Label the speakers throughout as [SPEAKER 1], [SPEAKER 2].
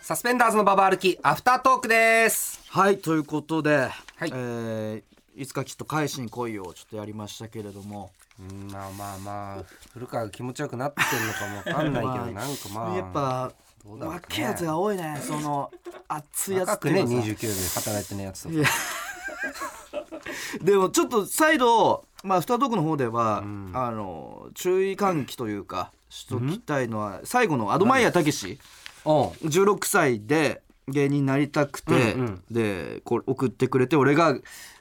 [SPEAKER 1] サスペンダーズのババ歩きアフタートークです
[SPEAKER 2] はいということで、
[SPEAKER 1] はい
[SPEAKER 2] えーいつかきっと返しに来いよちょっとやりましたけれども、
[SPEAKER 1] うんまあまあまあ古川が気持ちよくなってるのかもわかんないけどなんかまあ
[SPEAKER 2] やっぱ
[SPEAKER 1] どうだろうね
[SPEAKER 2] 若いやつが多いねその熱いやつ
[SPEAKER 1] 若
[SPEAKER 2] って
[SPEAKER 1] く
[SPEAKER 2] いう
[SPEAKER 1] ね
[SPEAKER 2] かさ
[SPEAKER 1] 29で働いてないやつとか
[SPEAKER 2] いやでもちょっと再度まあアフタートークの方では、あの注意喚起というかしときたいのは、最後のアドマイヤたけし
[SPEAKER 1] おう
[SPEAKER 2] 16歳で芸人になりたくて、
[SPEAKER 1] うんうん
[SPEAKER 2] でこれ送ってくれて俺が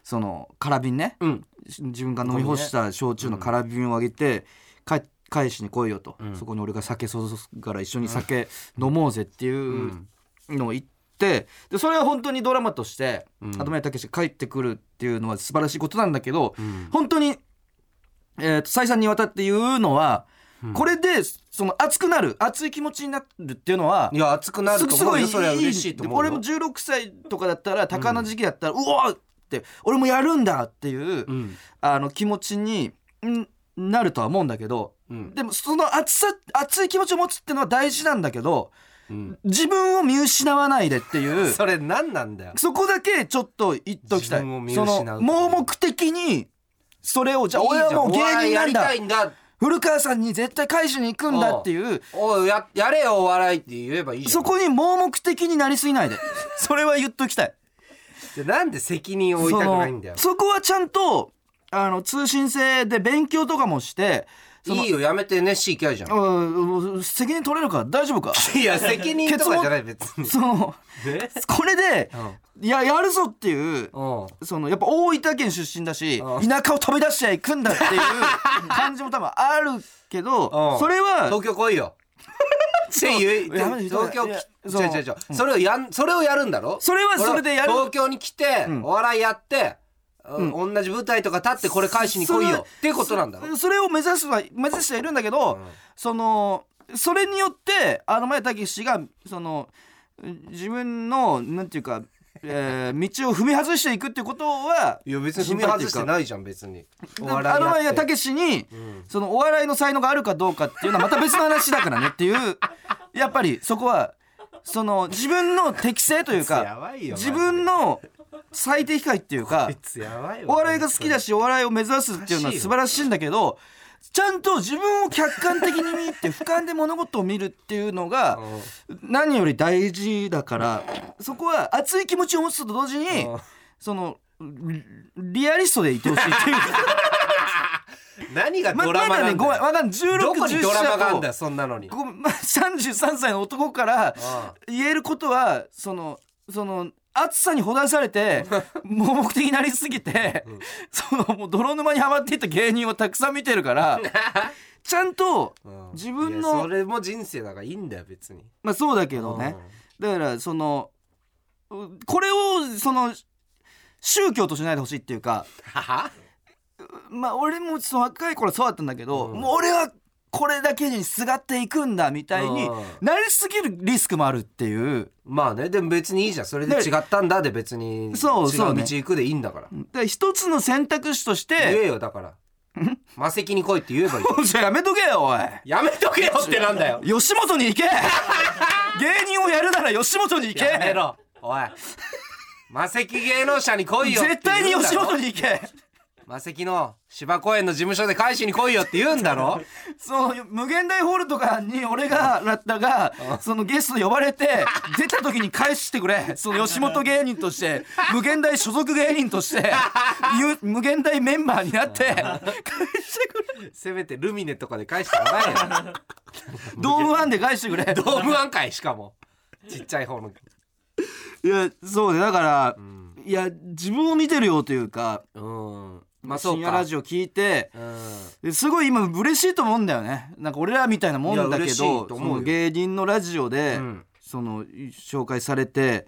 [SPEAKER 2] その空瓶ね、
[SPEAKER 1] うん
[SPEAKER 2] 自分が飲み干した焼酎の空瓶をあげて、か返しに来いよと、そこに俺が酒注ぐから一緒に酒飲もうぜっていうのを言ってでそれは本当にドラマとして
[SPEAKER 1] ん。
[SPEAKER 2] 後宮武史が帰ってくるっていうのは素晴らしいことなんだけど、本当に、えー、と再三にわたって言うのは、これでその熱くなる熱い気持ちになるっていうのはい
[SPEAKER 1] や熱くなると
[SPEAKER 2] す
[SPEAKER 1] 思
[SPEAKER 2] ご
[SPEAKER 1] う
[SPEAKER 2] い
[SPEAKER 1] よそれは嬉しいと思うよ
[SPEAKER 2] 俺も16歳とかだったら高菜時期だったら、うおーって俺もやるんだっていう、
[SPEAKER 1] うん
[SPEAKER 2] あの気持ちにんなるとは思うんだけど、
[SPEAKER 1] うん
[SPEAKER 2] でもその熱さ熱い気持ちを持つってのは大事なんだけど
[SPEAKER 1] うん
[SPEAKER 2] 自分を見失わないでっていう
[SPEAKER 1] それ何なんだよ
[SPEAKER 2] そこだけちょっと言っときた
[SPEAKER 1] 自
[SPEAKER 2] い
[SPEAKER 1] 分を見失
[SPEAKER 2] そ
[SPEAKER 1] と
[SPEAKER 2] うの盲目的にそれをじゃあ俺はもう
[SPEAKER 1] いいじゃ
[SPEAKER 2] 芸人
[SPEAKER 1] お笑いや
[SPEAKER 2] なん
[SPEAKER 1] りた
[SPEAKER 2] だ
[SPEAKER 1] いんだ
[SPEAKER 2] 古川さんに絶対返しに行くんだっていう
[SPEAKER 1] おいややれよお笑いって言えばいいじゃん
[SPEAKER 2] そこに盲目的になりすぎ ないでそれは言っときたい
[SPEAKER 1] でなんで責任を負いたくないんだよ
[SPEAKER 2] そのそこはちゃんとあの通信制で勉強とかもしてその
[SPEAKER 1] いいよやめて NSC 行きゃいいじゃん
[SPEAKER 2] うん責任取れるか大丈夫か
[SPEAKER 1] いや責任とかじゃない別に
[SPEAKER 2] その
[SPEAKER 1] え
[SPEAKER 2] これで、いややるぞっていう
[SPEAKER 1] うん
[SPEAKER 2] そのやっぱ大分県出身だし
[SPEAKER 1] う
[SPEAKER 2] 田舎を飛び出していくんだっていう感じも多分あるけ
[SPEAKER 1] う
[SPEAKER 2] ど
[SPEAKER 1] ん
[SPEAKER 2] それは
[SPEAKER 1] 東京来い よって言う
[SPEAKER 2] やめて
[SPEAKER 1] 東京
[SPEAKER 2] いや
[SPEAKER 1] き
[SPEAKER 2] その
[SPEAKER 1] 違う違う違うそれをやんそれをやるんだろ
[SPEAKER 2] それはそれでやる
[SPEAKER 1] 俺は東京に来て
[SPEAKER 2] ん
[SPEAKER 1] お笑いやってうん同じ舞台とか立ってこれ返しに来い
[SPEAKER 2] それ
[SPEAKER 1] よっていうことなんだろ
[SPEAKER 2] そそれを目指すは目指してはいるんだけど、そのそれによってあの前たけしがその自分のなんていうか、えー道を踏み外していくっていうことはい
[SPEAKER 1] や別に踏み外してないじゃん別にお
[SPEAKER 2] あ
[SPEAKER 1] 笑い
[SPEAKER 2] の前
[SPEAKER 1] や
[SPEAKER 2] や
[SPEAKER 1] って
[SPEAKER 2] たけしに、
[SPEAKER 1] ん
[SPEAKER 2] そのお笑いの才能があるかどうかっていうのはまた別の話だからねっ ていうやっぱりそこはその自分の適性という
[SPEAKER 1] やば
[SPEAKER 2] か
[SPEAKER 1] いよマジで
[SPEAKER 2] 自分の最適解っていうか
[SPEAKER 1] こいつやばいわ
[SPEAKER 2] お笑いが好きだしお笑いを目指すっていうのは素晴らしいんだけどちゃんと自分を客観的に見て俯瞰で物事を見るっていうのが何より大事だからそこは熱い気持ちを持つと同時に
[SPEAKER 1] うん
[SPEAKER 2] そのリリアリストでいてほしいっていう
[SPEAKER 1] 何が
[SPEAKER 2] ま
[SPEAKER 1] ドラマ
[SPEAKER 2] まだ
[SPEAKER 1] な
[SPEAKER 2] ね
[SPEAKER 1] んだ
[SPEAKER 2] ごめん
[SPEAKER 1] よ
[SPEAKER 2] まだ16
[SPEAKER 1] どこにドラマがあんだよ
[SPEAKER 2] 17
[SPEAKER 1] そんなのに
[SPEAKER 2] ごめんまあ33歳の男から言えることはそのその暑さにほだされて盲目的になりすぎて、そのもう泥沼にはまっていった芸人をたくさん見てるからちゃんと
[SPEAKER 1] うん
[SPEAKER 2] 自分
[SPEAKER 1] いやそ
[SPEAKER 2] の
[SPEAKER 1] れも人生だからいいんだよ別に
[SPEAKER 2] まあそうだけどねだからそのうこれをその宗教としないでほしいっていうか
[SPEAKER 1] はは
[SPEAKER 2] まあ俺もその若い頃そうだったんだけど、
[SPEAKER 1] うん
[SPEAKER 2] もう俺はこれだけにすがっていくんだみたいに
[SPEAKER 1] うん
[SPEAKER 2] なりすぎるリスクもあるっていう。
[SPEAKER 1] まあねでも別にいいじゃんそれで違ったんだで別に違う
[SPEAKER 2] そうそ
[SPEAKER 1] 道
[SPEAKER 2] うね
[SPEAKER 1] 行くでいいんだから
[SPEAKER 2] だから一つの選択肢として
[SPEAKER 1] 言えよだから魔石に来いって言え ばいい
[SPEAKER 2] じゃあやめとけよおい
[SPEAKER 1] やめとけよってなんだよ
[SPEAKER 2] 吉本に 行け芸人をやるなら吉本に行け
[SPEAKER 1] やめろおい魔石芸能者に来いよって
[SPEAKER 2] 絶対に
[SPEAKER 1] 言うんだ
[SPEAKER 2] 吉
[SPEAKER 1] ろ
[SPEAKER 2] 本に行け
[SPEAKER 1] 魔石の芝公園の事務所で返しに来いよって言うんだろ
[SPEAKER 2] その無限大ホールとかに俺がラッタがそのゲスト呼ばれて出た時に返してくれその吉本芸人として無限大所属芸人としてゆ無限大メンバーになって返してく れ
[SPEAKER 1] せめてルミネとかで返してもらえよ
[SPEAKER 2] ドームワンで返してくれ
[SPEAKER 1] ドームワン回しかもちっちゃい方の
[SPEAKER 2] いやそうねだから、いや自分を見てるよというか
[SPEAKER 1] うんまあそう
[SPEAKER 2] 深
[SPEAKER 1] か
[SPEAKER 2] 夜ラジオ聞いて
[SPEAKER 1] うん
[SPEAKER 2] ですごい今嬉しいと思うんだよねなんか俺らみたいなもんだ
[SPEAKER 1] いや
[SPEAKER 2] け
[SPEAKER 1] 嬉しい
[SPEAKER 2] ど
[SPEAKER 1] と
[SPEAKER 2] そ
[SPEAKER 1] 思うよ
[SPEAKER 2] の芸人のラジオで、
[SPEAKER 1] うん
[SPEAKER 2] その紹介されて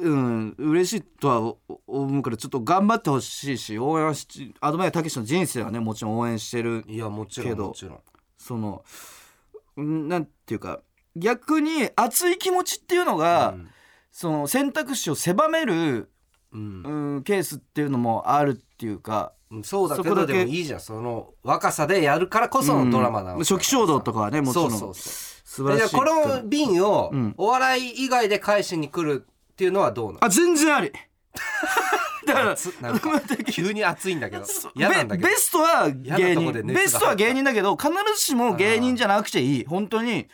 [SPEAKER 2] うん、嬉しいとはお思うからちょっと頑張ってほしいし応援はしアドマイヤたけしの人生はねもちろん応援してる
[SPEAKER 1] いやもちろ
[SPEAKER 2] け
[SPEAKER 1] ん
[SPEAKER 2] ど
[SPEAKER 1] もちろん
[SPEAKER 2] そのうんなんていうか逆に熱い気持ちっていうのが、
[SPEAKER 1] うん
[SPEAKER 2] その選択肢を狭める、
[SPEAKER 1] うん
[SPEAKER 2] うん、ケースっていうのもあるっていうか。
[SPEAKER 1] うんそうだけ
[SPEAKER 2] そこ
[SPEAKER 1] ど
[SPEAKER 2] だけ
[SPEAKER 1] でもいいじゃんその若さでやるからこそのドラマなの、
[SPEAKER 2] うん初期衝動と
[SPEAKER 1] か
[SPEAKER 2] かはねもちろん
[SPEAKER 1] そうそうそ
[SPEAKER 2] 素素晴らしい
[SPEAKER 1] じゃあこの瓶を
[SPEAKER 2] ん
[SPEAKER 1] お笑い以外で返しに来るっていうのはどうなの
[SPEAKER 2] あ全然ありだから
[SPEAKER 1] つなん か急に熱いんだけど嫌なんだけ
[SPEAKER 2] ベ
[SPEAKER 1] ど
[SPEAKER 2] ベストは芸
[SPEAKER 1] 嫌なと
[SPEAKER 2] 人
[SPEAKER 1] こで熱が入った
[SPEAKER 2] ベストは芸人だけど必ずしも芸人じゃなくていい本当に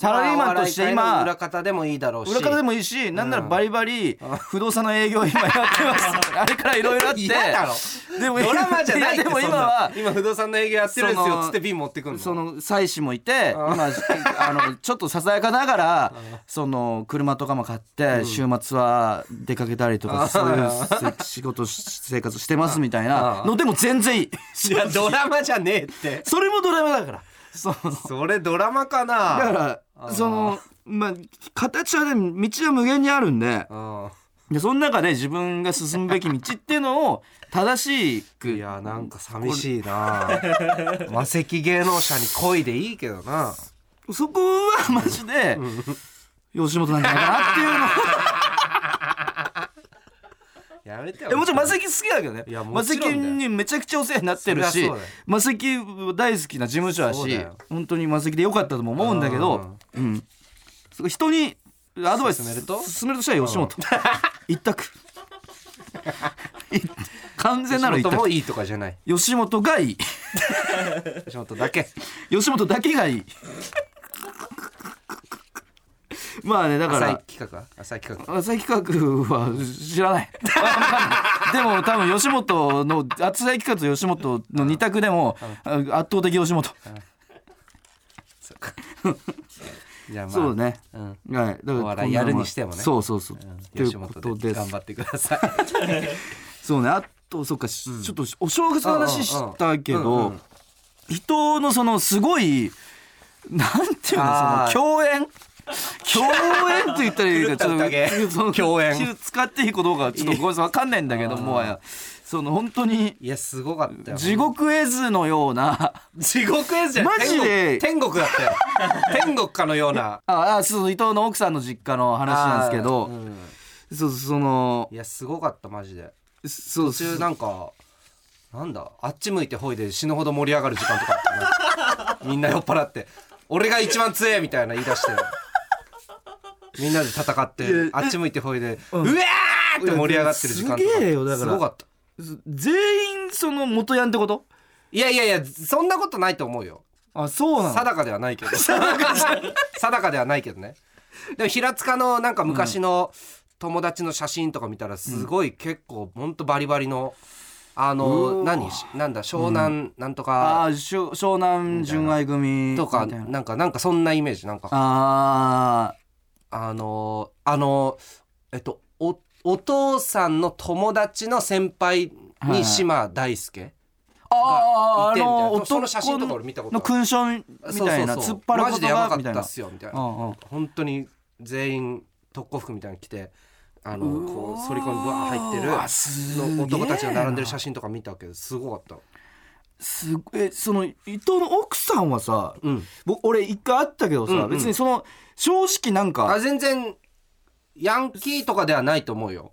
[SPEAKER 2] サラリーマンとし
[SPEAKER 1] ま
[SPEAKER 2] て
[SPEAKER 1] あお笑い界の
[SPEAKER 2] 今
[SPEAKER 1] 裏方でもいいだろうし
[SPEAKER 2] 裏方でもいいしなんならバリバリ不動産の営業今やっ てますあれからいろいろあって
[SPEAKER 1] 嫌だろ
[SPEAKER 2] でも
[SPEAKER 1] ドラマじゃない
[SPEAKER 2] やでも
[SPEAKER 1] そん
[SPEAKER 2] 今
[SPEAKER 1] な
[SPEAKER 2] は
[SPEAKER 1] 今不動産の営業やってるんです
[SPEAKER 2] そ
[SPEAKER 1] よ
[SPEAKER 2] の
[SPEAKER 1] つって瓶持ってくんの
[SPEAKER 2] その妻子もいて今あのちょっとささやかながらその車とかも買って週末は出かけたりとかそういうせ仕事し生活してますみたいなのでも全然いい
[SPEAKER 1] いやドラマじゃねえって
[SPEAKER 2] それもドラマだから その
[SPEAKER 1] それドラマか
[SPEAKER 2] だ
[SPEAKER 1] な
[SPEAKER 2] からそのまあ形はね道は無限にあるんで
[SPEAKER 1] うん
[SPEAKER 2] でその中で自分が進むべき道っていうの を正しく
[SPEAKER 1] いやなんか寂しいな 魔石芸能者に恋でいいけどな
[SPEAKER 2] そこはマジで吉本なんじゃないかなっていう のを。
[SPEAKER 1] やめて
[SPEAKER 2] えもちろんマセキ好きだけどね
[SPEAKER 1] いやも
[SPEAKER 2] マセ
[SPEAKER 1] ちろ
[SPEAKER 2] キ
[SPEAKER 1] んだよ
[SPEAKER 2] にめちゃくちゃお世話になってる
[SPEAKER 1] そり
[SPEAKER 2] し
[SPEAKER 1] ゃそうだよ
[SPEAKER 2] マセキ大好きな事務所だ
[SPEAKER 1] そう
[SPEAKER 2] し
[SPEAKER 1] だよ
[SPEAKER 2] 本当にマセキで良かったとも思うんだけど、うん、すごい人にアドバイス
[SPEAKER 1] 勧めると
[SPEAKER 2] 進めるとしたら吉本一 択完全な
[SPEAKER 1] な
[SPEAKER 2] る
[SPEAKER 1] の
[SPEAKER 2] 一
[SPEAKER 1] とも
[SPEAKER 2] 択
[SPEAKER 1] いいとかじゃない
[SPEAKER 2] 吉本がいい
[SPEAKER 1] 吉本だけ
[SPEAKER 2] 吉本だけがいい まあねだか
[SPEAKER 1] 浅
[SPEAKER 2] ら
[SPEAKER 1] い企画は浅い企画
[SPEAKER 2] 朝日企画は知らない。 でも多分吉本の厚崎企画と吉本の二択でもあ圧倒的吉本。
[SPEAKER 1] じゃあまあ
[SPEAKER 2] そうね。
[SPEAKER 1] うん
[SPEAKER 2] はい。だ
[SPEAKER 1] お笑いやるにしてもね
[SPEAKER 2] そうそうそう。という
[SPEAKER 1] 吉
[SPEAKER 2] こ
[SPEAKER 1] 本
[SPEAKER 2] と
[SPEAKER 1] で
[SPEAKER 2] です
[SPEAKER 1] 頑。張ってくだ さい
[SPEAKER 2] そうね。あとそっか、しちょっとお正月の話したけ
[SPEAKER 1] うんうんう
[SPEAKER 2] ど
[SPEAKER 1] ん、
[SPEAKER 2] 人のそのすごいなんていうのそ
[SPEAKER 1] あー
[SPEAKER 2] の共演。共演って言ったらいいかち
[SPEAKER 1] 狂
[SPEAKER 2] ょっ
[SPEAKER 1] った宴
[SPEAKER 2] とその
[SPEAKER 1] 共演
[SPEAKER 2] 急使っていいかどうかはちょっとごめんなさいわかんないんだけどもはやその本当に
[SPEAKER 1] いやすごかったよ
[SPEAKER 2] 地獄絵図のような
[SPEAKER 1] 地獄絵図じゃん
[SPEAKER 2] マジで
[SPEAKER 1] 天国天国だったよ天国かのような
[SPEAKER 2] ああそう伊藤の奥さんの実家の話なんですけど、
[SPEAKER 1] あーうん
[SPEAKER 2] そうその
[SPEAKER 1] いやすごかったマジで
[SPEAKER 2] そう
[SPEAKER 1] 途中なんかなんだあっち向いてほいで死ぬほど盛り上がる時間とかあったよね みんな酔っ払って俺が一番強えみたいな言い出してみんなで戦ってあっち向いてほいでうわーって盛り上がってる時間とか
[SPEAKER 2] すげえよだから
[SPEAKER 1] すごかった
[SPEAKER 2] 全員その元ヤンってこと
[SPEAKER 1] いやいやいやそんなことないと思うよ
[SPEAKER 2] あそうなの
[SPEAKER 1] 定かではないけ ど定かではないけどねでも平塚のなんか昔の友達の写真とか見たらすごい結構ほんとバリバリのあ
[SPEAKER 2] う
[SPEAKER 1] の
[SPEAKER 2] お
[SPEAKER 1] 何しなんだ湘南なんと
[SPEAKER 2] あ
[SPEAKER 1] か
[SPEAKER 2] あしょ湘南純愛組
[SPEAKER 1] とか
[SPEAKER 2] みたいな
[SPEAKER 1] なんかなんかそんなイメージなんか
[SPEAKER 2] あ
[SPEAKER 1] あのあのえっとおお父さんの友達の先輩に島大輔
[SPEAKER 2] ーあー
[SPEAKER 1] が
[SPEAKER 2] あ
[SPEAKER 1] いてみたいな
[SPEAKER 2] の
[SPEAKER 1] その
[SPEAKER 2] 男
[SPEAKER 1] 写真とか俺見たことあ
[SPEAKER 2] の
[SPEAKER 1] る
[SPEAKER 2] 勲章みたいな
[SPEAKER 1] そうそう
[SPEAKER 2] 突
[SPEAKER 1] そう
[SPEAKER 2] っ張る
[SPEAKER 1] マ
[SPEAKER 2] こ
[SPEAKER 1] ジ
[SPEAKER 2] と
[SPEAKER 1] でやば
[SPEAKER 2] が
[SPEAKER 1] かっ
[SPEAKER 2] みたい
[SPEAKER 1] た
[SPEAKER 2] な
[SPEAKER 1] っすよみたいな
[SPEAKER 2] うんうん
[SPEAKER 1] 本当に全員特攻服みたいなの着てあの
[SPEAKER 2] うわー
[SPEAKER 1] こう反り込みバー入
[SPEAKER 2] うわす
[SPEAKER 1] っ
[SPEAKER 2] げえ
[SPEAKER 1] てる
[SPEAKER 2] な
[SPEAKER 1] の男たちが並んでる写真とか見たけどすごかった
[SPEAKER 2] すごえその伊藤の奥さんはさ、
[SPEAKER 1] うん
[SPEAKER 2] 僕俺一回会ったけどさ、
[SPEAKER 1] うんうん
[SPEAKER 2] 別にその正直なんか
[SPEAKER 1] あ全然ヤンキーとかではないと思うよ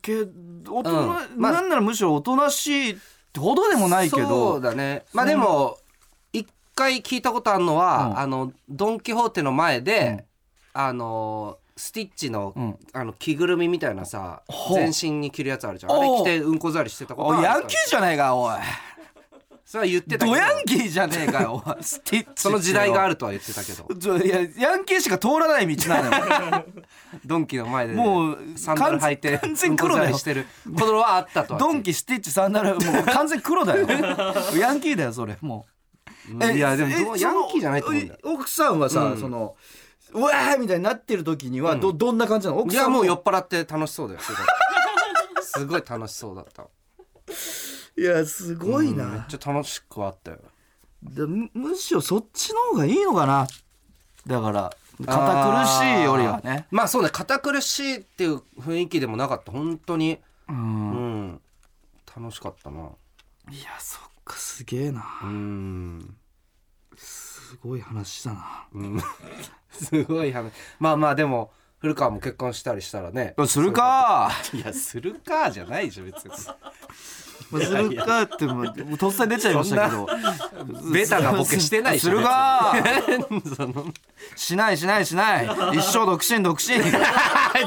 [SPEAKER 2] けおとな、
[SPEAKER 1] うんまあ
[SPEAKER 2] なんならむしろおとなしいってほどでもないけ
[SPEAKER 1] そう
[SPEAKER 2] ど
[SPEAKER 1] だねまあでも一回聞いたことあるのは、
[SPEAKER 2] うん
[SPEAKER 1] あのドン・キホーテの前
[SPEAKER 2] うん
[SPEAKER 1] で、あのスティッチの,、
[SPEAKER 2] うん
[SPEAKER 1] あの着ぐるみみたいなさ
[SPEAKER 2] ほう
[SPEAKER 1] 全身に着るやつあるじゃんあれ着てうんこざりしてたこと
[SPEAKER 2] お
[SPEAKER 1] はあ
[SPEAKER 2] い
[SPEAKER 1] る
[SPEAKER 2] ヤンキーじゃないかおい
[SPEAKER 1] それは言ってたけど
[SPEAKER 2] ドヤンキーじゃねえか よおいスティッチ
[SPEAKER 1] その時代があ
[SPEAKER 2] る
[SPEAKER 1] るとは言ってたけど
[SPEAKER 2] いやヤンキーしか通らない道 なのよ
[SPEAKER 1] ドンキの前で
[SPEAKER 2] もう
[SPEAKER 1] サンダル履いて
[SPEAKER 2] 完全黒
[SPEAKER 1] う
[SPEAKER 2] だよ
[SPEAKER 1] んこざりしてることはあったとは
[SPEAKER 2] ドンキスティッチサンダルもう完全黒 だよヤンキーだよそれもう
[SPEAKER 1] いやでもどう
[SPEAKER 2] え
[SPEAKER 1] ヤンキーじゃないと思うんだよ
[SPEAKER 2] その奥さんはさ、
[SPEAKER 1] うん
[SPEAKER 2] そのうわーみたいになってる時にはど,、どんな感じなの
[SPEAKER 1] い
[SPEAKER 2] 奥さ
[SPEAKER 1] や
[SPEAKER 2] ん
[SPEAKER 1] もう酔っ払って楽しそうだよすごいすごい楽しそうだった
[SPEAKER 2] いやすごい
[SPEAKER 1] うんめっ
[SPEAKER 2] な、
[SPEAKER 1] ちゃ楽しくはあったよ
[SPEAKER 2] でむむしろそっちの方がいいのかなだから堅苦しいよりはね
[SPEAKER 1] あーまあそうね堅苦しいっていう雰囲気でもなかった本当に
[SPEAKER 2] う
[SPEAKER 1] うんん楽しかったない
[SPEAKER 2] やそっかすげえな
[SPEAKER 1] うん
[SPEAKER 2] すごい話だな
[SPEAKER 1] うんすごい話まあまあでも古川も結婚したりしたらね
[SPEAKER 2] するか
[SPEAKER 1] いやするかじゃないでしょ別に
[SPEAKER 2] まあするかってもう突然出ちゃいましたけど
[SPEAKER 1] ベタなボケしてないし
[SPEAKER 2] するか
[SPEAKER 1] その
[SPEAKER 2] しないしないしない一生独身独 身い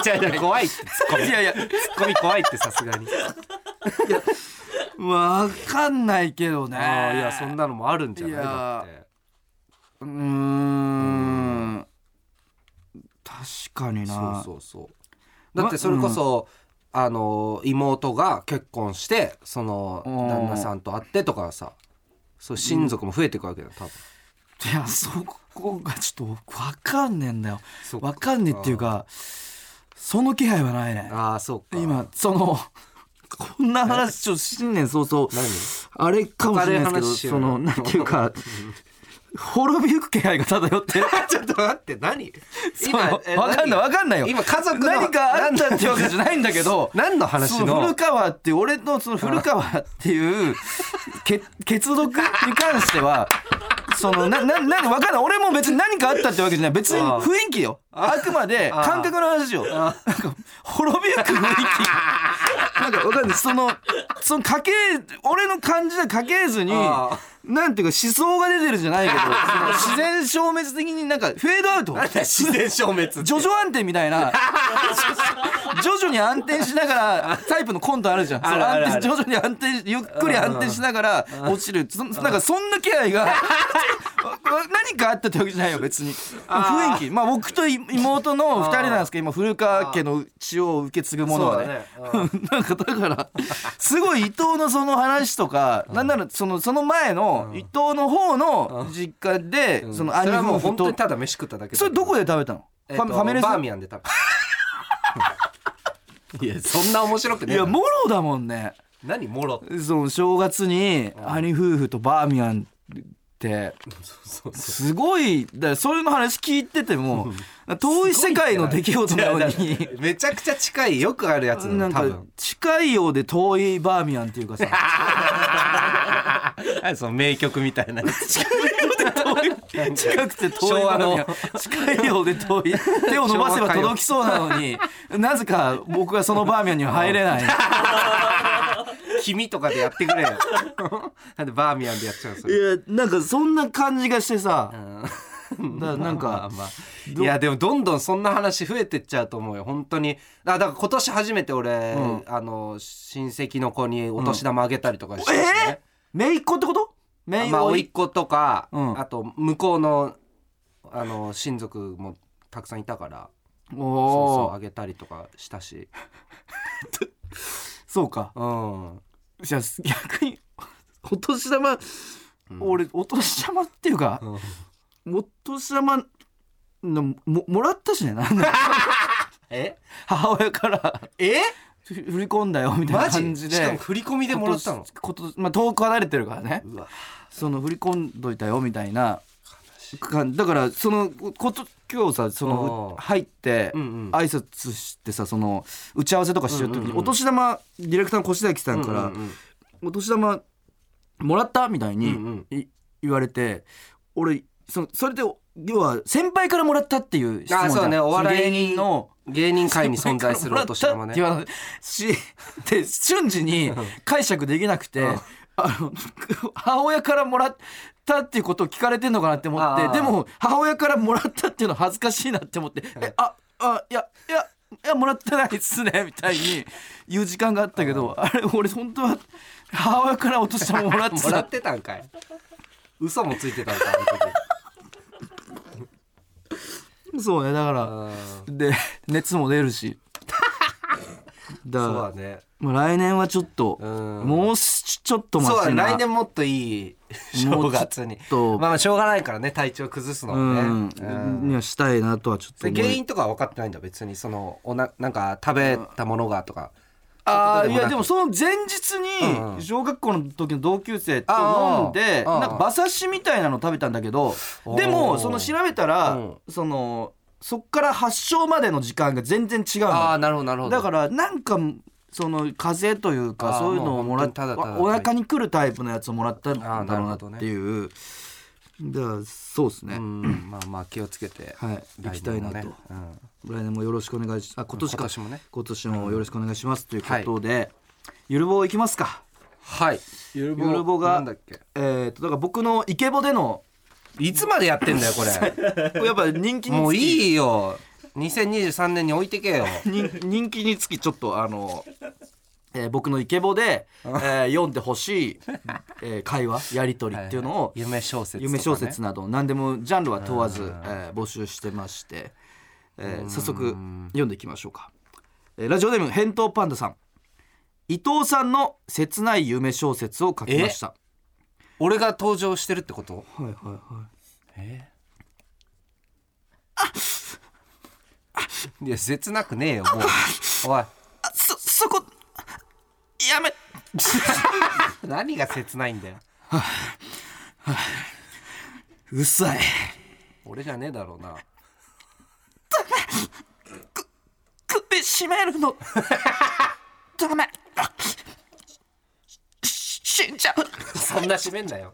[SPEAKER 1] じゃじゃ怖いってツッコミ
[SPEAKER 2] やいや
[SPEAKER 1] ツッコミ怖いってさすがに
[SPEAKER 2] わかんないけどね
[SPEAKER 1] ああいやそんなのもあるんじゃない
[SPEAKER 2] いや
[SPEAKER 1] だって
[SPEAKER 2] うーん確かに
[SPEAKER 1] そう
[SPEAKER 2] な
[SPEAKER 1] そうそうだってそれこそ、あの妹が結婚してその
[SPEAKER 2] うん
[SPEAKER 1] 旦那さんと会ってとかさそう親族も増えていくわけだよ多分、
[SPEAKER 2] いやそこがちょっとわかんねえんだよ
[SPEAKER 1] そっか
[SPEAKER 2] わかんねえっていうかその気配はないね
[SPEAKER 1] ああそうか
[SPEAKER 2] 今そのこんな話ちょっと新年早々
[SPEAKER 1] 何
[SPEAKER 2] あれかもしれないで
[SPEAKER 1] 明るい
[SPEAKER 2] すけど
[SPEAKER 1] 話しよ
[SPEAKER 2] そう
[SPEAKER 1] よ
[SPEAKER 2] のなんていうか滅びゆく気配が漂ってる
[SPEAKER 1] ちょっと待って何
[SPEAKER 2] そのわかんないわかんないよ
[SPEAKER 1] 今家族の
[SPEAKER 2] 何かあったってわけじゃないんだけど
[SPEAKER 1] 何の話
[SPEAKER 2] そ
[SPEAKER 1] の
[SPEAKER 2] の古川って俺のその古川っ ていうけ血毒に関してはそのなな何わかんない俺も別に何かあったってわけじゃない別に雰囲気よあくまで
[SPEAKER 1] あ
[SPEAKER 2] 感覚の話よなんか滅びゆく雰囲気なんかわかんないそのその家系俺の感じで家系図に
[SPEAKER 1] あ
[SPEAKER 2] なんていうか思想が出てるじゃないけどその自然消滅的になんかフェードアウト
[SPEAKER 1] あれだ自然消滅って
[SPEAKER 2] ジョジョ安定みたい な徐々に暗転しながらタイプのコントあるじゃん
[SPEAKER 1] あるあるある
[SPEAKER 2] そう暗転徐々に暗転ゆっくり暗転しながら落ちるそなんかそんな気配が わ何かあったってわけじゃないよ別に雰囲気まあ僕と妹の2人なんですけど今古川家の血を受け継ぐものはね
[SPEAKER 1] そうだね
[SPEAKER 2] なんかだからすごい伊藤のその話とか、なんならそのその前の伊藤の方の実家で、
[SPEAKER 1] うん
[SPEAKER 2] その
[SPEAKER 1] それ
[SPEAKER 2] 兄
[SPEAKER 1] はもう
[SPEAKER 2] 夫
[SPEAKER 1] 本
[SPEAKER 2] 婦
[SPEAKER 1] 当
[SPEAKER 2] と
[SPEAKER 1] にただ飯食っただけだ
[SPEAKER 2] それどこで食べたの、
[SPEAKER 1] えっ
[SPEAKER 2] フ
[SPEAKER 1] と
[SPEAKER 2] ァミファミレス
[SPEAKER 1] バーミヤンで多分 いやそんな面白くね
[SPEAKER 2] い
[SPEAKER 1] え
[SPEAKER 2] や
[SPEAKER 1] な
[SPEAKER 2] もろだもんね
[SPEAKER 1] 何もろって
[SPEAKER 2] その正月に兄夫婦とバーミヤンって
[SPEAKER 1] そうそう
[SPEAKER 2] すごいだからそれの話聞いてても遠い世界の出来事のように
[SPEAKER 1] めちゃくちゃ近いよくあるやつな
[SPEAKER 2] な
[SPEAKER 1] の
[SPEAKER 2] ん
[SPEAKER 1] 多
[SPEAKER 2] か
[SPEAKER 1] 分
[SPEAKER 2] 近いようで遠いバーミヤンっていうかさ
[SPEAKER 1] その名曲みたいなやつ
[SPEAKER 2] 近くて遠い
[SPEAKER 1] 昭和の
[SPEAKER 2] バーミヤン近いようで遠い手を伸ばせば届きそうなのになぜか僕がそのバーミヤンには入 れない。
[SPEAKER 1] 君とかでやってく れよなんでバーミヤンでやっちゃうんです
[SPEAKER 2] いやなんかそんな感じがしてさ だからなん
[SPEAKER 1] まあ
[SPEAKER 2] か
[SPEAKER 1] まあいやでもどんどんそんな話増えてっちゃうと思うよ本当にあだから今年初めて俺、
[SPEAKER 2] ん
[SPEAKER 1] あの親戚の子にお年玉あげたりとかして、
[SPEAKER 2] え姪っ子ってこと姪
[SPEAKER 1] まあ
[SPEAKER 2] 甥
[SPEAKER 1] 甥
[SPEAKER 2] っ
[SPEAKER 1] っ子とか、
[SPEAKER 2] うん
[SPEAKER 1] あと向こうのあの親族もたくさんいたから
[SPEAKER 2] 子
[SPEAKER 1] そう
[SPEAKER 2] お
[SPEAKER 1] そう
[SPEAKER 2] ー
[SPEAKER 1] あげたりとかしたし
[SPEAKER 2] そうか
[SPEAKER 1] うん
[SPEAKER 2] じゃあ逆に お年玉、俺お年玉っていうか、お年玉のももらったしねな んだ
[SPEAKER 1] え
[SPEAKER 2] 母親から
[SPEAKER 1] え
[SPEAKER 2] ふ振り込んだよみたい
[SPEAKER 1] マ
[SPEAKER 2] な感じ
[SPEAKER 1] ジしかも
[SPEAKER 2] で
[SPEAKER 1] 振り込みでもらったの
[SPEAKER 2] ことことまあ、遠く離れてるからね
[SPEAKER 1] うわ
[SPEAKER 2] その振り込んどいたよみたいな感だからそのこと今日さその
[SPEAKER 1] あー
[SPEAKER 2] 入って
[SPEAKER 1] うんうん
[SPEAKER 2] 挨拶してさその打ち合わせとかしてる時
[SPEAKER 1] うんうん
[SPEAKER 2] に
[SPEAKER 1] うん
[SPEAKER 2] お年玉ディレクターの越崎さんから、
[SPEAKER 1] うんうん
[SPEAKER 2] お年玉もらったみたいに、
[SPEAKER 1] うん
[SPEAKER 2] い言われて俺そのそれで要は先輩からもらったっていう質問じゃん
[SPEAKER 1] あそうねお笑い
[SPEAKER 2] その芸人の
[SPEAKER 1] うん芸人界に存在するお年玉ね
[SPEAKER 2] 先輩からもらったって言われてしで瞬時に解釈できなくて、あの母親からもらったっていうことを聞かれてんのかなって思っ
[SPEAKER 1] あ
[SPEAKER 2] て
[SPEAKER 1] ー
[SPEAKER 2] でも母親からもらったっていうの恥ずかしいなって思って「えああいやいやいやもらってないっすね」みたいに言う時間があったけどあれ俺本当は母親からお年玉もらって
[SPEAKER 1] もら
[SPEAKER 2] た
[SPEAKER 1] ってたんかい嘘もついてたんかあの時
[SPEAKER 2] そうねだか
[SPEAKER 1] う
[SPEAKER 2] ら
[SPEAKER 1] ん
[SPEAKER 2] で熱も出るし だ
[SPEAKER 1] そう
[SPEAKER 2] か
[SPEAKER 1] だね
[SPEAKER 2] らもう来年はちょっと
[SPEAKER 1] うん
[SPEAKER 2] もうしちょっと
[SPEAKER 1] そう
[SPEAKER 2] 待
[SPEAKER 1] だね
[SPEAKER 2] ちな
[SPEAKER 1] 来年もっといい
[SPEAKER 2] も
[SPEAKER 1] 正
[SPEAKER 2] うちょっ
[SPEAKER 1] 月に
[SPEAKER 2] と
[SPEAKER 1] まあまあしょうがないからね体調崩すの
[SPEAKER 2] う
[SPEAKER 1] はね
[SPEAKER 2] ん
[SPEAKER 1] うん
[SPEAKER 2] にはしたいなとはちょっと
[SPEAKER 1] それ
[SPEAKER 2] 思
[SPEAKER 1] 原
[SPEAKER 2] い
[SPEAKER 1] 因とかは分かってないんだ別にそのおななんか食べたものがとかそ
[SPEAKER 2] ああ
[SPEAKER 1] うい
[SPEAKER 2] い
[SPEAKER 1] うことでもなく
[SPEAKER 2] やでもその前日
[SPEAKER 1] うんうん
[SPEAKER 2] に小学校の時の同級生と飲んで
[SPEAKER 1] あーあ
[SPEAKER 2] な
[SPEAKER 1] ー
[SPEAKER 2] んか馬刺しみたいなの食べたんだけど
[SPEAKER 1] おー
[SPEAKER 2] でもその調べたら
[SPEAKER 1] うん
[SPEAKER 2] そのそっから発症までの時間が全然違うの
[SPEAKER 1] ああなるほどなるほど
[SPEAKER 2] だからなんかその風邪という
[SPEAKER 1] あ
[SPEAKER 2] か
[SPEAKER 1] ー
[SPEAKER 2] そういうのをもらっ
[SPEAKER 1] もう本当にただただ
[SPEAKER 2] お腹にくるタイプのやつをもらったん
[SPEAKER 1] あー
[SPEAKER 2] だろう
[SPEAKER 1] なる
[SPEAKER 2] なっ
[SPEAKER 1] ほどね
[SPEAKER 2] ていうだからそうですね、
[SPEAKER 1] うんまあまあ気をつけて、
[SPEAKER 2] はい行きたいなと
[SPEAKER 1] 来年もねうん
[SPEAKER 2] 来年もよろしくお願いしあ今年か
[SPEAKER 1] 今年もね
[SPEAKER 2] 今年もよろしくお願いしますということで、ゆるぼういきますか
[SPEAKER 1] はいゆる
[SPEAKER 2] ゆるぼが
[SPEAKER 1] なんだっけ
[SPEAKER 2] えー、とだから僕のイケボでの
[SPEAKER 1] いつまでやってんだよこれ
[SPEAKER 2] これやっぱ人気につき
[SPEAKER 1] もういいよ2023年に置いてけよ
[SPEAKER 2] 人人気につきちょっとあの、えー僕のイケボで、えー読んでほしい、えー会話やり取りっていうのを、
[SPEAKER 1] 夢小説とかね、
[SPEAKER 2] 夢小説など何でもジャンルは問わず、えー募集してまして、えー早速読んでいきましょうか、えーラジオネーム返答パンダさん伊藤さんの切ない夢小説を書きました
[SPEAKER 1] 俺が登場してるってこと
[SPEAKER 2] はいはいはい
[SPEAKER 1] えいや切なくねえよ もうおい
[SPEAKER 2] あそそこやめ
[SPEAKER 1] 何が切ないんだよ
[SPEAKER 2] うっさい
[SPEAKER 1] 俺じゃねえだろうな
[SPEAKER 2] 首絞めるのダメあし死んじゃう
[SPEAKER 1] そんな締めんなよ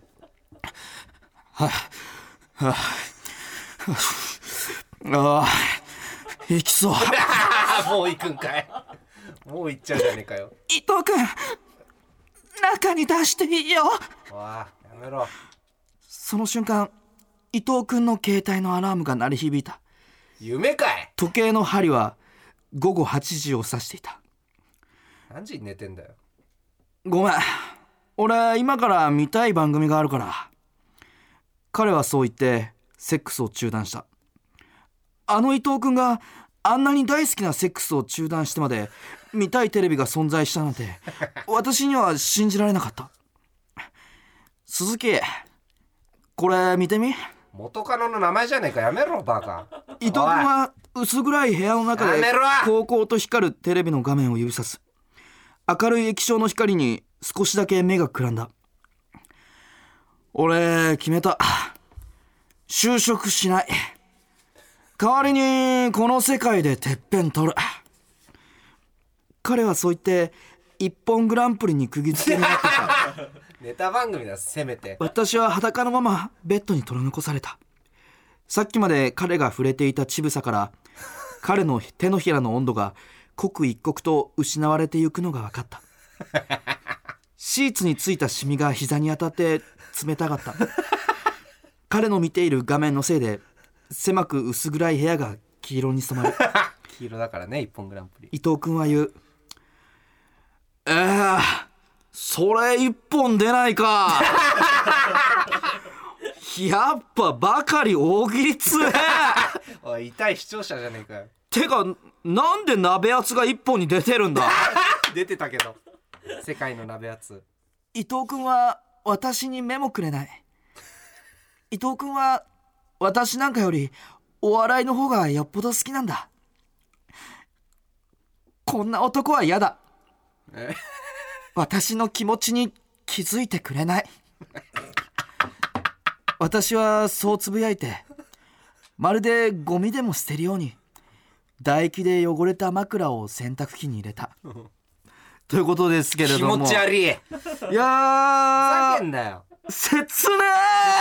[SPEAKER 2] ああ行きそう
[SPEAKER 1] ああもう行くんかいもう行っちゃうじゃねえかよ
[SPEAKER 2] 伊藤君中に出していいよ
[SPEAKER 1] おいやめろ
[SPEAKER 2] その瞬間伊藤君の携帯のアラームが鳴り響いた
[SPEAKER 1] 夢かい
[SPEAKER 2] 時計の針は午後8時を指していた
[SPEAKER 1] 何時に寝てんだよ
[SPEAKER 2] ごめん俺今から見たい番組があるから彼はそう言ってセックスを中断したあの伊藤君があんなに大好きなセックスを中断してまで見たいテレビが存在したなんて私には信じられなかった鈴木これ見てみ
[SPEAKER 1] 元カノの名前じゃねえかやめろバカ
[SPEAKER 2] 伊藤君は薄暗い部屋の中で
[SPEAKER 1] やめろ
[SPEAKER 2] 高光と光るテレビの画面を指さす明るい液晶の光に少しだけ目がくらんだ俺決めた就職しない代わりにこの世界でてっぺん取る彼はそう言って一本グランプリに釘付けになってた
[SPEAKER 1] ネタ番組だせめて
[SPEAKER 2] 私は裸のままベッドに取り残されたさっきまで彼が触れていた乳房から彼の手のひらの温度が刻一刻と失われてゆくのが分かったシーツについたシミが膝に当たって冷たかった彼の見ている画面のせいで狭く薄暗い部屋が黄色に染まる
[SPEAKER 1] 黄色だからね一本グランプリ
[SPEAKER 2] 伊藤君は言うええそれ一本出ないか やっぱばかり大喜利つえ
[SPEAKER 1] おい痛い視聴者じゃねえかよ
[SPEAKER 2] てかなんで鍋厚が一本に出てるんだ
[SPEAKER 1] 出てたけど世界の鍋やつ
[SPEAKER 2] 伊藤君は私に目もくれない伊藤君は私なんかよりお笑いの方がよっぽど好きなんだこんな男は嫌だ
[SPEAKER 1] え
[SPEAKER 2] 私の気持ちに気づいてくれない私はそうつぶやいてまるでゴミでも捨てるように唾液で汚れた枕を洗濯機に入 れたということですけれ
[SPEAKER 1] 気
[SPEAKER 2] ども
[SPEAKER 1] 持ち悪いふ
[SPEAKER 2] いや
[SPEAKER 1] ざ
[SPEAKER 2] ー
[SPEAKER 1] けんなよ
[SPEAKER 2] 切ね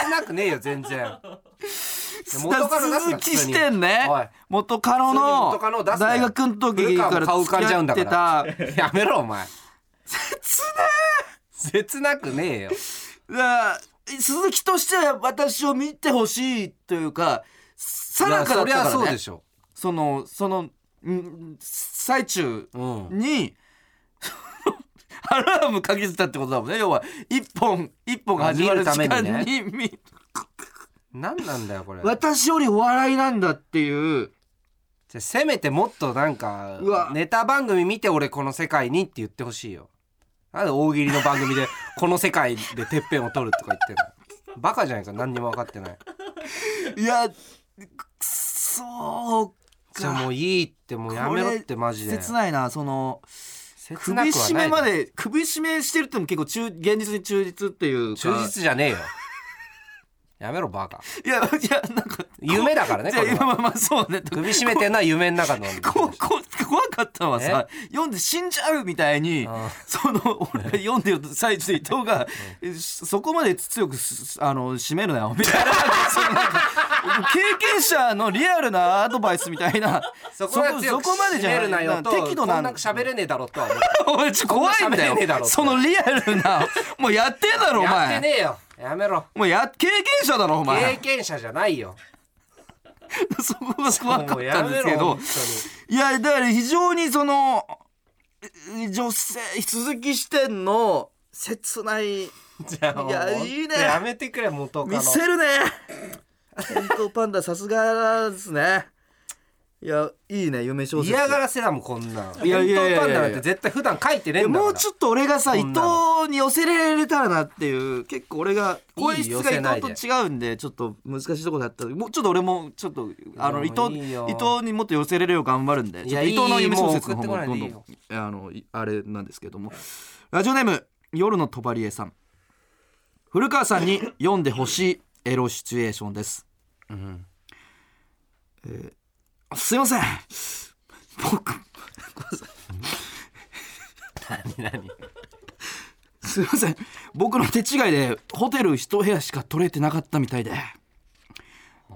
[SPEAKER 1] 少なくねえよ全 然
[SPEAKER 2] え
[SPEAKER 1] 元カノ出すな
[SPEAKER 2] 鈴木してんね
[SPEAKER 1] おい
[SPEAKER 2] 元カノ
[SPEAKER 1] 普通に元カノ
[SPEAKER 2] の
[SPEAKER 1] 出すな
[SPEAKER 2] 大学の時から
[SPEAKER 1] 古川も顔浮か
[SPEAKER 2] 付
[SPEAKER 1] んじ
[SPEAKER 2] き
[SPEAKER 1] ゃう
[SPEAKER 2] 合
[SPEAKER 1] ん
[SPEAKER 2] っ
[SPEAKER 1] だ
[SPEAKER 2] て
[SPEAKER 1] か
[SPEAKER 2] た
[SPEAKER 1] らやめろお前
[SPEAKER 2] 切
[SPEAKER 1] 切なくねえよ
[SPEAKER 2] ねえ鈴木としては私を見てほしいというかさら
[SPEAKER 1] そ
[SPEAKER 2] かだっ
[SPEAKER 1] り
[SPEAKER 2] た
[SPEAKER 1] ゃ
[SPEAKER 2] か
[SPEAKER 1] そう
[SPEAKER 2] らね
[SPEAKER 1] でしょ
[SPEAKER 2] そのそのん最中
[SPEAKER 1] うん
[SPEAKER 2] に アラームかけてたってことだもんね要は一本一本が始まる
[SPEAKER 1] あ見
[SPEAKER 2] 時
[SPEAKER 1] るた
[SPEAKER 2] 間
[SPEAKER 1] めに
[SPEAKER 2] に見
[SPEAKER 1] 何なんだよこれ
[SPEAKER 2] 私よりお笑いなんだっていう
[SPEAKER 1] じゃあせめてもっとなんか
[SPEAKER 2] うわ
[SPEAKER 1] ネタ番組見て俺この世界にって言ってほしいよなんで大喜利の番組で この世界でてっぺんを取るとか言ってんのバカじゃないか何にも分かってない
[SPEAKER 2] いやくそう
[SPEAKER 1] じゃあもういいってもうやめろってマジで
[SPEAKER 2] 切ないなその
[SPEAKER 1] 切な
[SPEAKER 2] 首
[SPEAKER 1] くはない
[SPEAKER 2] 絞めまで首絞めしてるってのも結構忠現実に忠実っていうか
[SPEAKER 1] 忠実じゃねえよやめろバカ
[SPEAKER 2] いやいやなんか
[SPEAKER 1] 夢だ からね
[SPEAKER 2] じゃあ
[SPEAKER 1] これは
[SPEAKER 2] 今まあまあそうね
[SPEAKER 1] 首絞めてんのは夢の中の
[SPEAKER 2] ここ怖かったのはさ読んで死んじゃうみたいに
[SPEAKER 1] ああ
[SPEAKER 2] その俺が読んでる最中で伊藤が「えそこまで強くすあの締めるなよ」みたいなそのなんか経験者のリアルなアドバイスみたいな
[SPEAKER 1] そこは強く
[SPEAKER 2] そこまでじ
[SPEAKER 1] 締
[SPEAKER 2] ゃな
[SPEAKER 1] め
[SPEAKER 2] い
[SPEAKER 1] るなよと
[SPEAKER 2] 適度
[SPEAKER 1] こ
[SPEAKER 2] なん
[SPEAKER 1] なんか喋れねえだろとは思っ
[SPEAKER 2] お前ちょっと怖いんだ
[SPEAKER 1] こんな喋れねえだ
[SPEAKER 2] よ
[SPEAKER 1] ろ
[SPEAKER 2] そのリアルなもうやってんだ ろお
[SPEAKER 1] てやって
[SPEAKER 2] 前
[SPEAKER 1] ねえよやめろ
[SPEAKER 2] もうや経験者だろお
[SPEAKER 1] 経
[SPEAKER 2] 前
[SPEAKER 1] 験者じゃないよ
[SPEAKER 2] そこが怖か
[SPEAKER 1] もう
[SPEAKER 2] っ
[SPEAKER 1] や
[SPEAKER 2] たんで
[SPEAKER 1] め
[SPEAKER 2] すけ
[SPEAKER 1] ろ
[SPEAKER 2] ど
[SPEAKER 1] 本
[SPEAKER 2] いやだから非常にそのえ女性鈴木視点の切ない
[SPEAKER 1] 当にじゃあもう
[SPEAKER 2] いや
[SPEAKER 1] 本当
[SPEAKER 2] いいね
[SPEAKER 1] やめてくれ元カ
[SPEAKER 2] 見
[SPEAKER 1] ノ
[SPEAKER 2] せるね 戦闘パンダさすがですねいやいいね夢小説
[SPEAKER 1] 嫌がらせだもんこんなん
[SPEAKER 2] いやいやいやい
[SPEAKER 1] 弁当
[SPEAKER 2] や
[SPEAKER 1] パンダなんて絶対普段書いてね
[SPEAKER 2] い
[SPEAKER 1] え
[SPEAKER 2] や
[SPEAKER 1] んだから
[SPEAKER 2] もうちょっと俺がさ伊
[SPEAKER 1] こ
[SPEAKER 2] 藤
[SPEAKER 1] んなの
[SPEAKER 2] に寄せられたらなっていう結構俺が
[SPEAKER 1] いい
[SPEAKER 2] 声質が
[SPEAKER 1] 寄せない
[SPEAKER 2] 伊
[SPEAKER 1] で
[SPEAKER 2] 藤と違うんでちょっと難しいとこだったもうちょっと俺もちょっとあの
[SPEAKER 1] い
[SPEAKER 2] 伊
[SPEAKER 1] やもう
[SPEAKER 2] 藤
[SPEAKER 1] いいよ
[SPEAKER 2] 伊藤にもっと寄せれるよう頑張るんで
[SPEAKER 1] い
[SPEAKER 2] ちょ
[SPEAKER 1] や
[SPEAKER 2] っと伊藤の夢小説の方も
[SPEAKER 1] いいもう
[SPEAKER 2] ど
[SPEAKER 1] ん
[SPEAKER 2] ど
[SPEAKER 1] 送ってこないでいいよ
[SPEAKER 2] んえあのいあれなんですけどもラジオネーム夜のとばりえさん古川さんに読んでほしいエロシチュエーションです
[SPEAKER 1] うん
[SPEAKER 2] あすいません僕
[SPEAKER 1] 何 何
[SPEAKER 2] すいません僕の手違いでホテル一部屋しか取れてなかったみたいで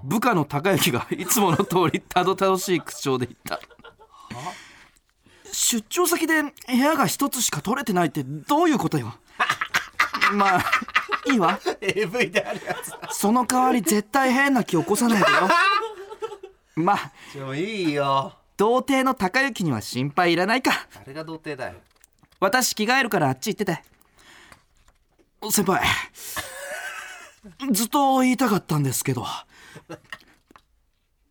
[SPEAKER 2] 部下の高之がいつもの通りたどたどしい口調で言った出張先で部屋が一つしか取れてないってどういうことよまあいいわ
[SPEAKER 1] AV であるやつだ
[SPEAKER 2] その代わり絶対変な気起こさないでよまあ
[SPEAKER 1] でもいいよ
[SPEAKER 2] 童貞の高之には心配いらないか
[SPEAKER 1] 誰が童貞だよ
[SPEAKER 2] 私着替えるからあっち行ってて先輩ずっと言いたかったんですけど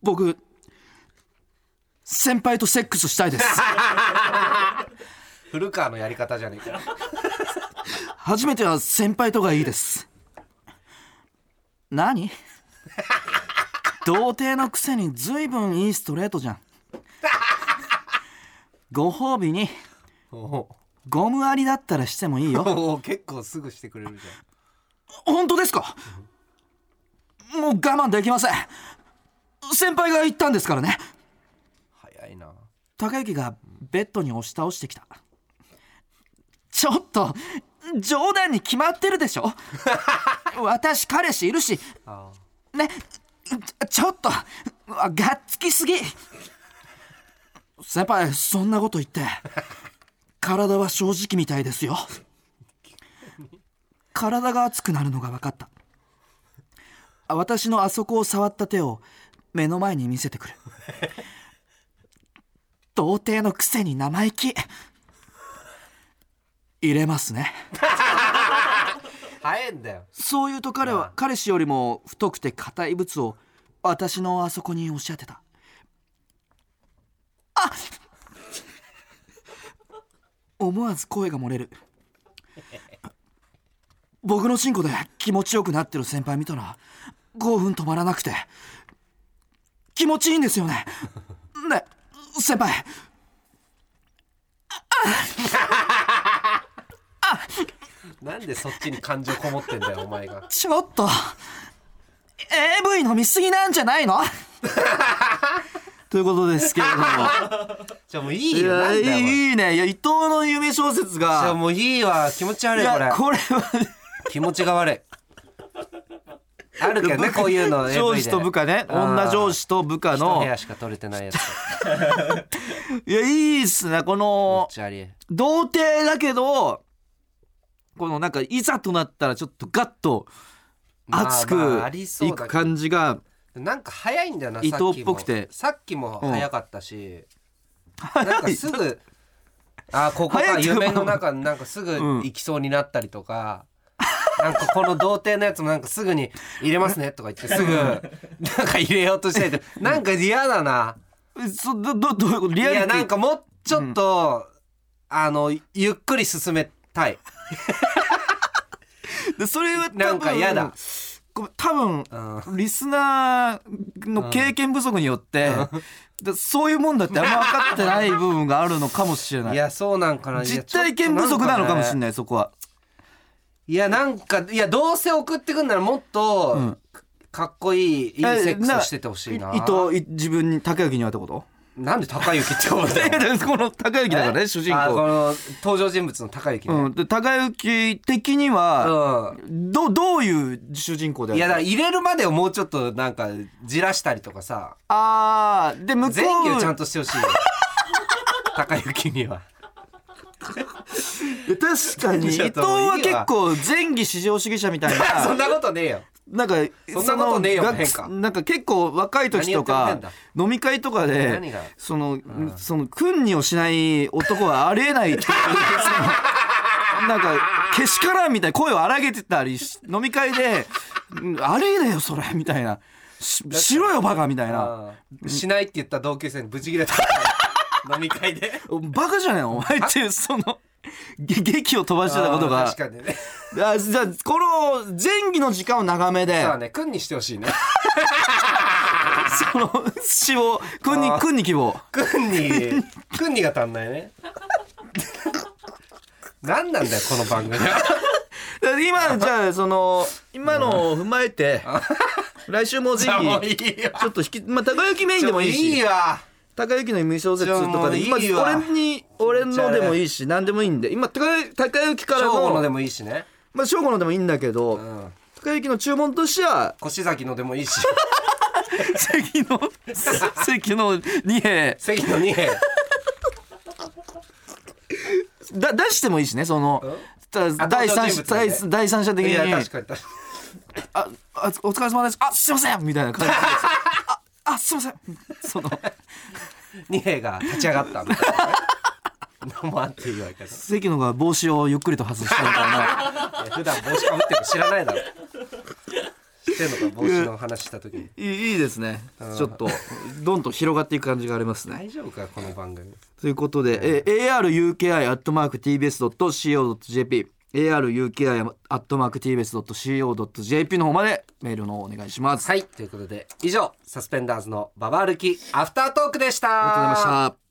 [SPEAKER 2] 僕先輩とセックスしたいです
[SPEAKER 1] 古川のやり方じゃねえか
[SPEAKER 2] 初めては先輩とがいいです何童貞のくせに随分いいストレートじゃんご褒美に
[SPEAKER 1] おう
[SPEAKER 2] ゴムありだったらしてもいいよ
[SPEAKER 1] おう結構すぐしてくれるじ
[SPEAKER 2] 本当ですかもう我慢できません先輩が言ったんですからね
[SPEAKER 1] ゃん早いな
[SPEAKER 2] 高之がベッドに押し倒してきたちょっと冗談に決まってるでしょ 私彼氏いるし
[SPEAKER 1] あ
[SPEAKER 2] ねちょっとうわがっつきすぎ先輩そんなこと言って体は正直みたいですよ体が熱くなるのが分かったあ私のあそこを触った手を目の前に見せてくる童貞のくせに生意気入れますね
[SPEAKER 1] 早いんだよ
[SPEAKER 2] そう言うと彼は彼氏よりも太くて硬い物を私のあそこに押し当てたあ思わず声が漏れる僕のチンコで気持ちよくなってる先輩見たら興奮止まらなくて気持ちいいんですよねね先輩
[SPEAKER 1] なんでそっちに感情こもってんだよお前が
[SPEAKER 2] ちょっと AV 飲みすぎなんじゃないの ということですけれども
[SPEAKER 1] じゃあもういい
[SPEAKER 2] い
[SPEAKER 1] よなん
[SPEAKER 2] や
[SPEAKER 1] だよこれじ
[SPEAKER 2] いいねいや伊藤の夢小説
[SPEAKER 1] ゃあ
[SPEAKER 2] が
[SPEAKER 1] もういいわ気持ち悪いこ
[SPEAKER 2] い
[SPEAKER 1] れ
[SPEAKER 2] やこれは
[SPEAKER 1] 気持ちが悪いあるけどねこういうの AV で
[SPEAKER 2] 上司と部下ね
[SPEAKER 1] あー
[SPEAKER 2] 女上司と部下
[SPEAKER 1] 一部
[SPEAKER 2] の
[SPEAKER 1] 屋しか取れてないやつ気
[SPEAKER 2] いやいいっすねこの
[SPEAKER 1] 持ち悪い
[SPEAKER 2] 童貞だけどこのなんかいざとなったらちょっとガッと熱
[SPEAKER 1] まあま
[SPEAKER 2] く
[SPEAKER 1] あありそう
[SPEAKER 2] い
[SPEAKER 1] だけど
[SPEAKER 2] く感じが
[SPEAKER 1] なんか早いんだよな
[SPEAKER 2] 伊藤っ
[SPEAKER 1] さきも
[SPEAKER 2] ぽくて
[SPEAKER 1] さっきも早かったし、なんかすぐあーここ
[SPEAKER 2] 早
[SPEAKER 1] か
[SPEAKER 2] いっていうか
[SPEAKER 1] 夢の中になんかすぐ行きそうになったりとか、なんかこの童貞のやつもなんかすぐに「入れますね」とか言ってすぐなんか入れようとしててなんか嫌だな。
[SPEAKER 2] そどどどういうこと
[SPEAKER 1] い
[SPEAKER 2] リアリティ
[SPEAKER 1] やなんかもうちょっと、あのゆっくり進めたい。
[SPEAKER 2] でそれは多分
[SPEAKER 1] なんか嫌だ
[SPEAKER 2] ごめん多分
[SPEAKER 1] うん
[SPEAKER 2] リスナーの経験不足によって、だそういうもんだってあんま分かってない部分があるのかもしれないい
[SPEAKER 1] やそうなんかないや
[SPEAKER 2] 実体験不足なのかもしれないそこはい
[SPEAKER 1] やなんかいやどうせ送ってくんならもっと、
[SPEAKER 2] うん
[SPEAKER 1] かっこいいいいセックスをしててほしいな
[SPEAKER 2] 伊藤い自分に竹内に会ったこと
[SPEAKER 1] なんで高雪って思ったの
[SPEAKER 2] この高 之だからね主人
[SPEAKER 1] あこ
[SPEAKER 2] 公、
[SPEAKER 1] の登場人物の高雪ね、
[SPEAKER 2] うん、で高之的には、どどういう主人公であ
[SPEAKER 1] い
[SPEAKER 2] る
[SPEAKER 1] やだから入れるまでをもうちょっとなんかじらしたりとかさ
[SPEAKER 2] あーで向こ
[SPEAKER 1] 前期を
[SPEAKER 2] う
[SPEAKER 1] ちゃんとしてほしいよ高雪に は
[SPEAKER 2] 確かに伊
[SPEAKER 1] ちょっ
[SPEAKER 2] 藤
[SPEAKER 1] とも
[SPEAKER 2] は
[SPEAKER 1] ういい
[SPEAKER 2] 結
[SPEAKER 1] わ
[SPEAKER 2] 構前儀至上主義者みたい
[SPEAKER 1] そん
[SPEAKER 2] な
[SPEAKER 1] なことねえよ
[SPEAKER 2] なんか
[SPEAKER 1] そんなことねえよ
[SPEAKER 2] その
[SPEAKER 1] 変化
[SPEAKER 2] なんか結構若い時と
[SPEAKER 1] 何や
[SPEAKER 2] か
[SPEAKER 1] ってんだ
[SPEAKER 2] 飲み会とかで
[SPEAKER 1] 何が
[SPEAKER 2] その、その訓にをしない男はあり えないっていうそのなんかけしからんみたいな声を荒げてたりし飲み会で「うんありえねえよそれ」みたいな「ししろよバカ」みたいな
[SPEAKER 1] うんしないって言った同級生にブチ ギレた飲み会で
[SPEAKER 2] 「バカじゃねえのお前」っていうそのげ劇を飛ばしてたこと
[SPEAKER 1] あ
[SPEAKER 2] が
[SPEAKER 1] ー。確かにね
[SPEAKER 2] あじゃあこの前儀の時間を長めで
[SPEAKER 1] そうだね君にしてほしいね
[SPEAKER 2] その死を君に
[SPEAKER 1] あー
[SPEAKER 2] 君に希望
[SPEAKER 1] 君に君にが足んないね何なんだよこの番組は
[SPEAKER 2] だから今じゃあその今のを踏まえ て来週もぜ
[SPEAKER 1] もう
[SPEAKER 2] ひ
[SPEAKER 1] いいよ
[SPEAKER 2] ちょっと引きまあ高雪メインでもいい
[SPEAKER 1] いい
[SPEAKER 2] し
[SPEAKER 1] わ
[SPEAKER 2] 高雪の無意小説とかで
[SPEAKER 1] じゃあ
[SPEAKER 2] ま
[SPEAKER 1] もういいわ
[SPEAKER 2] あ俺に俺のでもいいし何でもいいんで今高雪高雪から
[SPEAKER 1] 正午ので
[SPEAKER 2] の
[SPEAKER 1] もいいしね、
[SPEAKER 2] まあ正午のでもいいんだけ
[SPEAKER 1] う
[SPEAKER 2] ど
[SPEAKER 1] ん、
[SPEAKER 2] 高雪の注文としては
[SPEAKER 1] 腰崎のでもいいし
[SPEAKER 2] 関 の関の2兵
[SPEAKER 1] 関の二兵
[SPEAKER 2] だ出してもいいしねそのだ
[SPEAKER 1] あ
[SPEAKER 2] 第三
[SPEAKER 1] 登場人物ね
[SPEAKER 2] 者第三第三者的
[SPEAKER 1] い
[SPEAKER 2] に
[SPEAKER 1] や確かに確か
[SPEAKER 2] ああお疲れ様ですあすいませんみたい な感じでああすいませんその
[SPEAKER 1] に二兵が立ち上がったみたいなねのもあっていいわけです
[SPEAKER 2] 関野が帽子をゆっくりと外したみたいな
[SPEAKER 1] 普段帽子かぶってるの知らないだろしてんのか帽子の話した時に
[SPEAKER 2] いいいいですねちょっとどんと広がっていく感じがありますね
[SPEAKER 1] 大丈夫かこの番組
[SPEAKER 2] ということで、え aruki.tbs.co.jp aruki.tbs.co.jp の方までメールの方お願いします
[SPEAKER 1] はいということで以上サスペンダーズのババ歩きアフタートークでした
[SPEAKER 2] ありがとうございました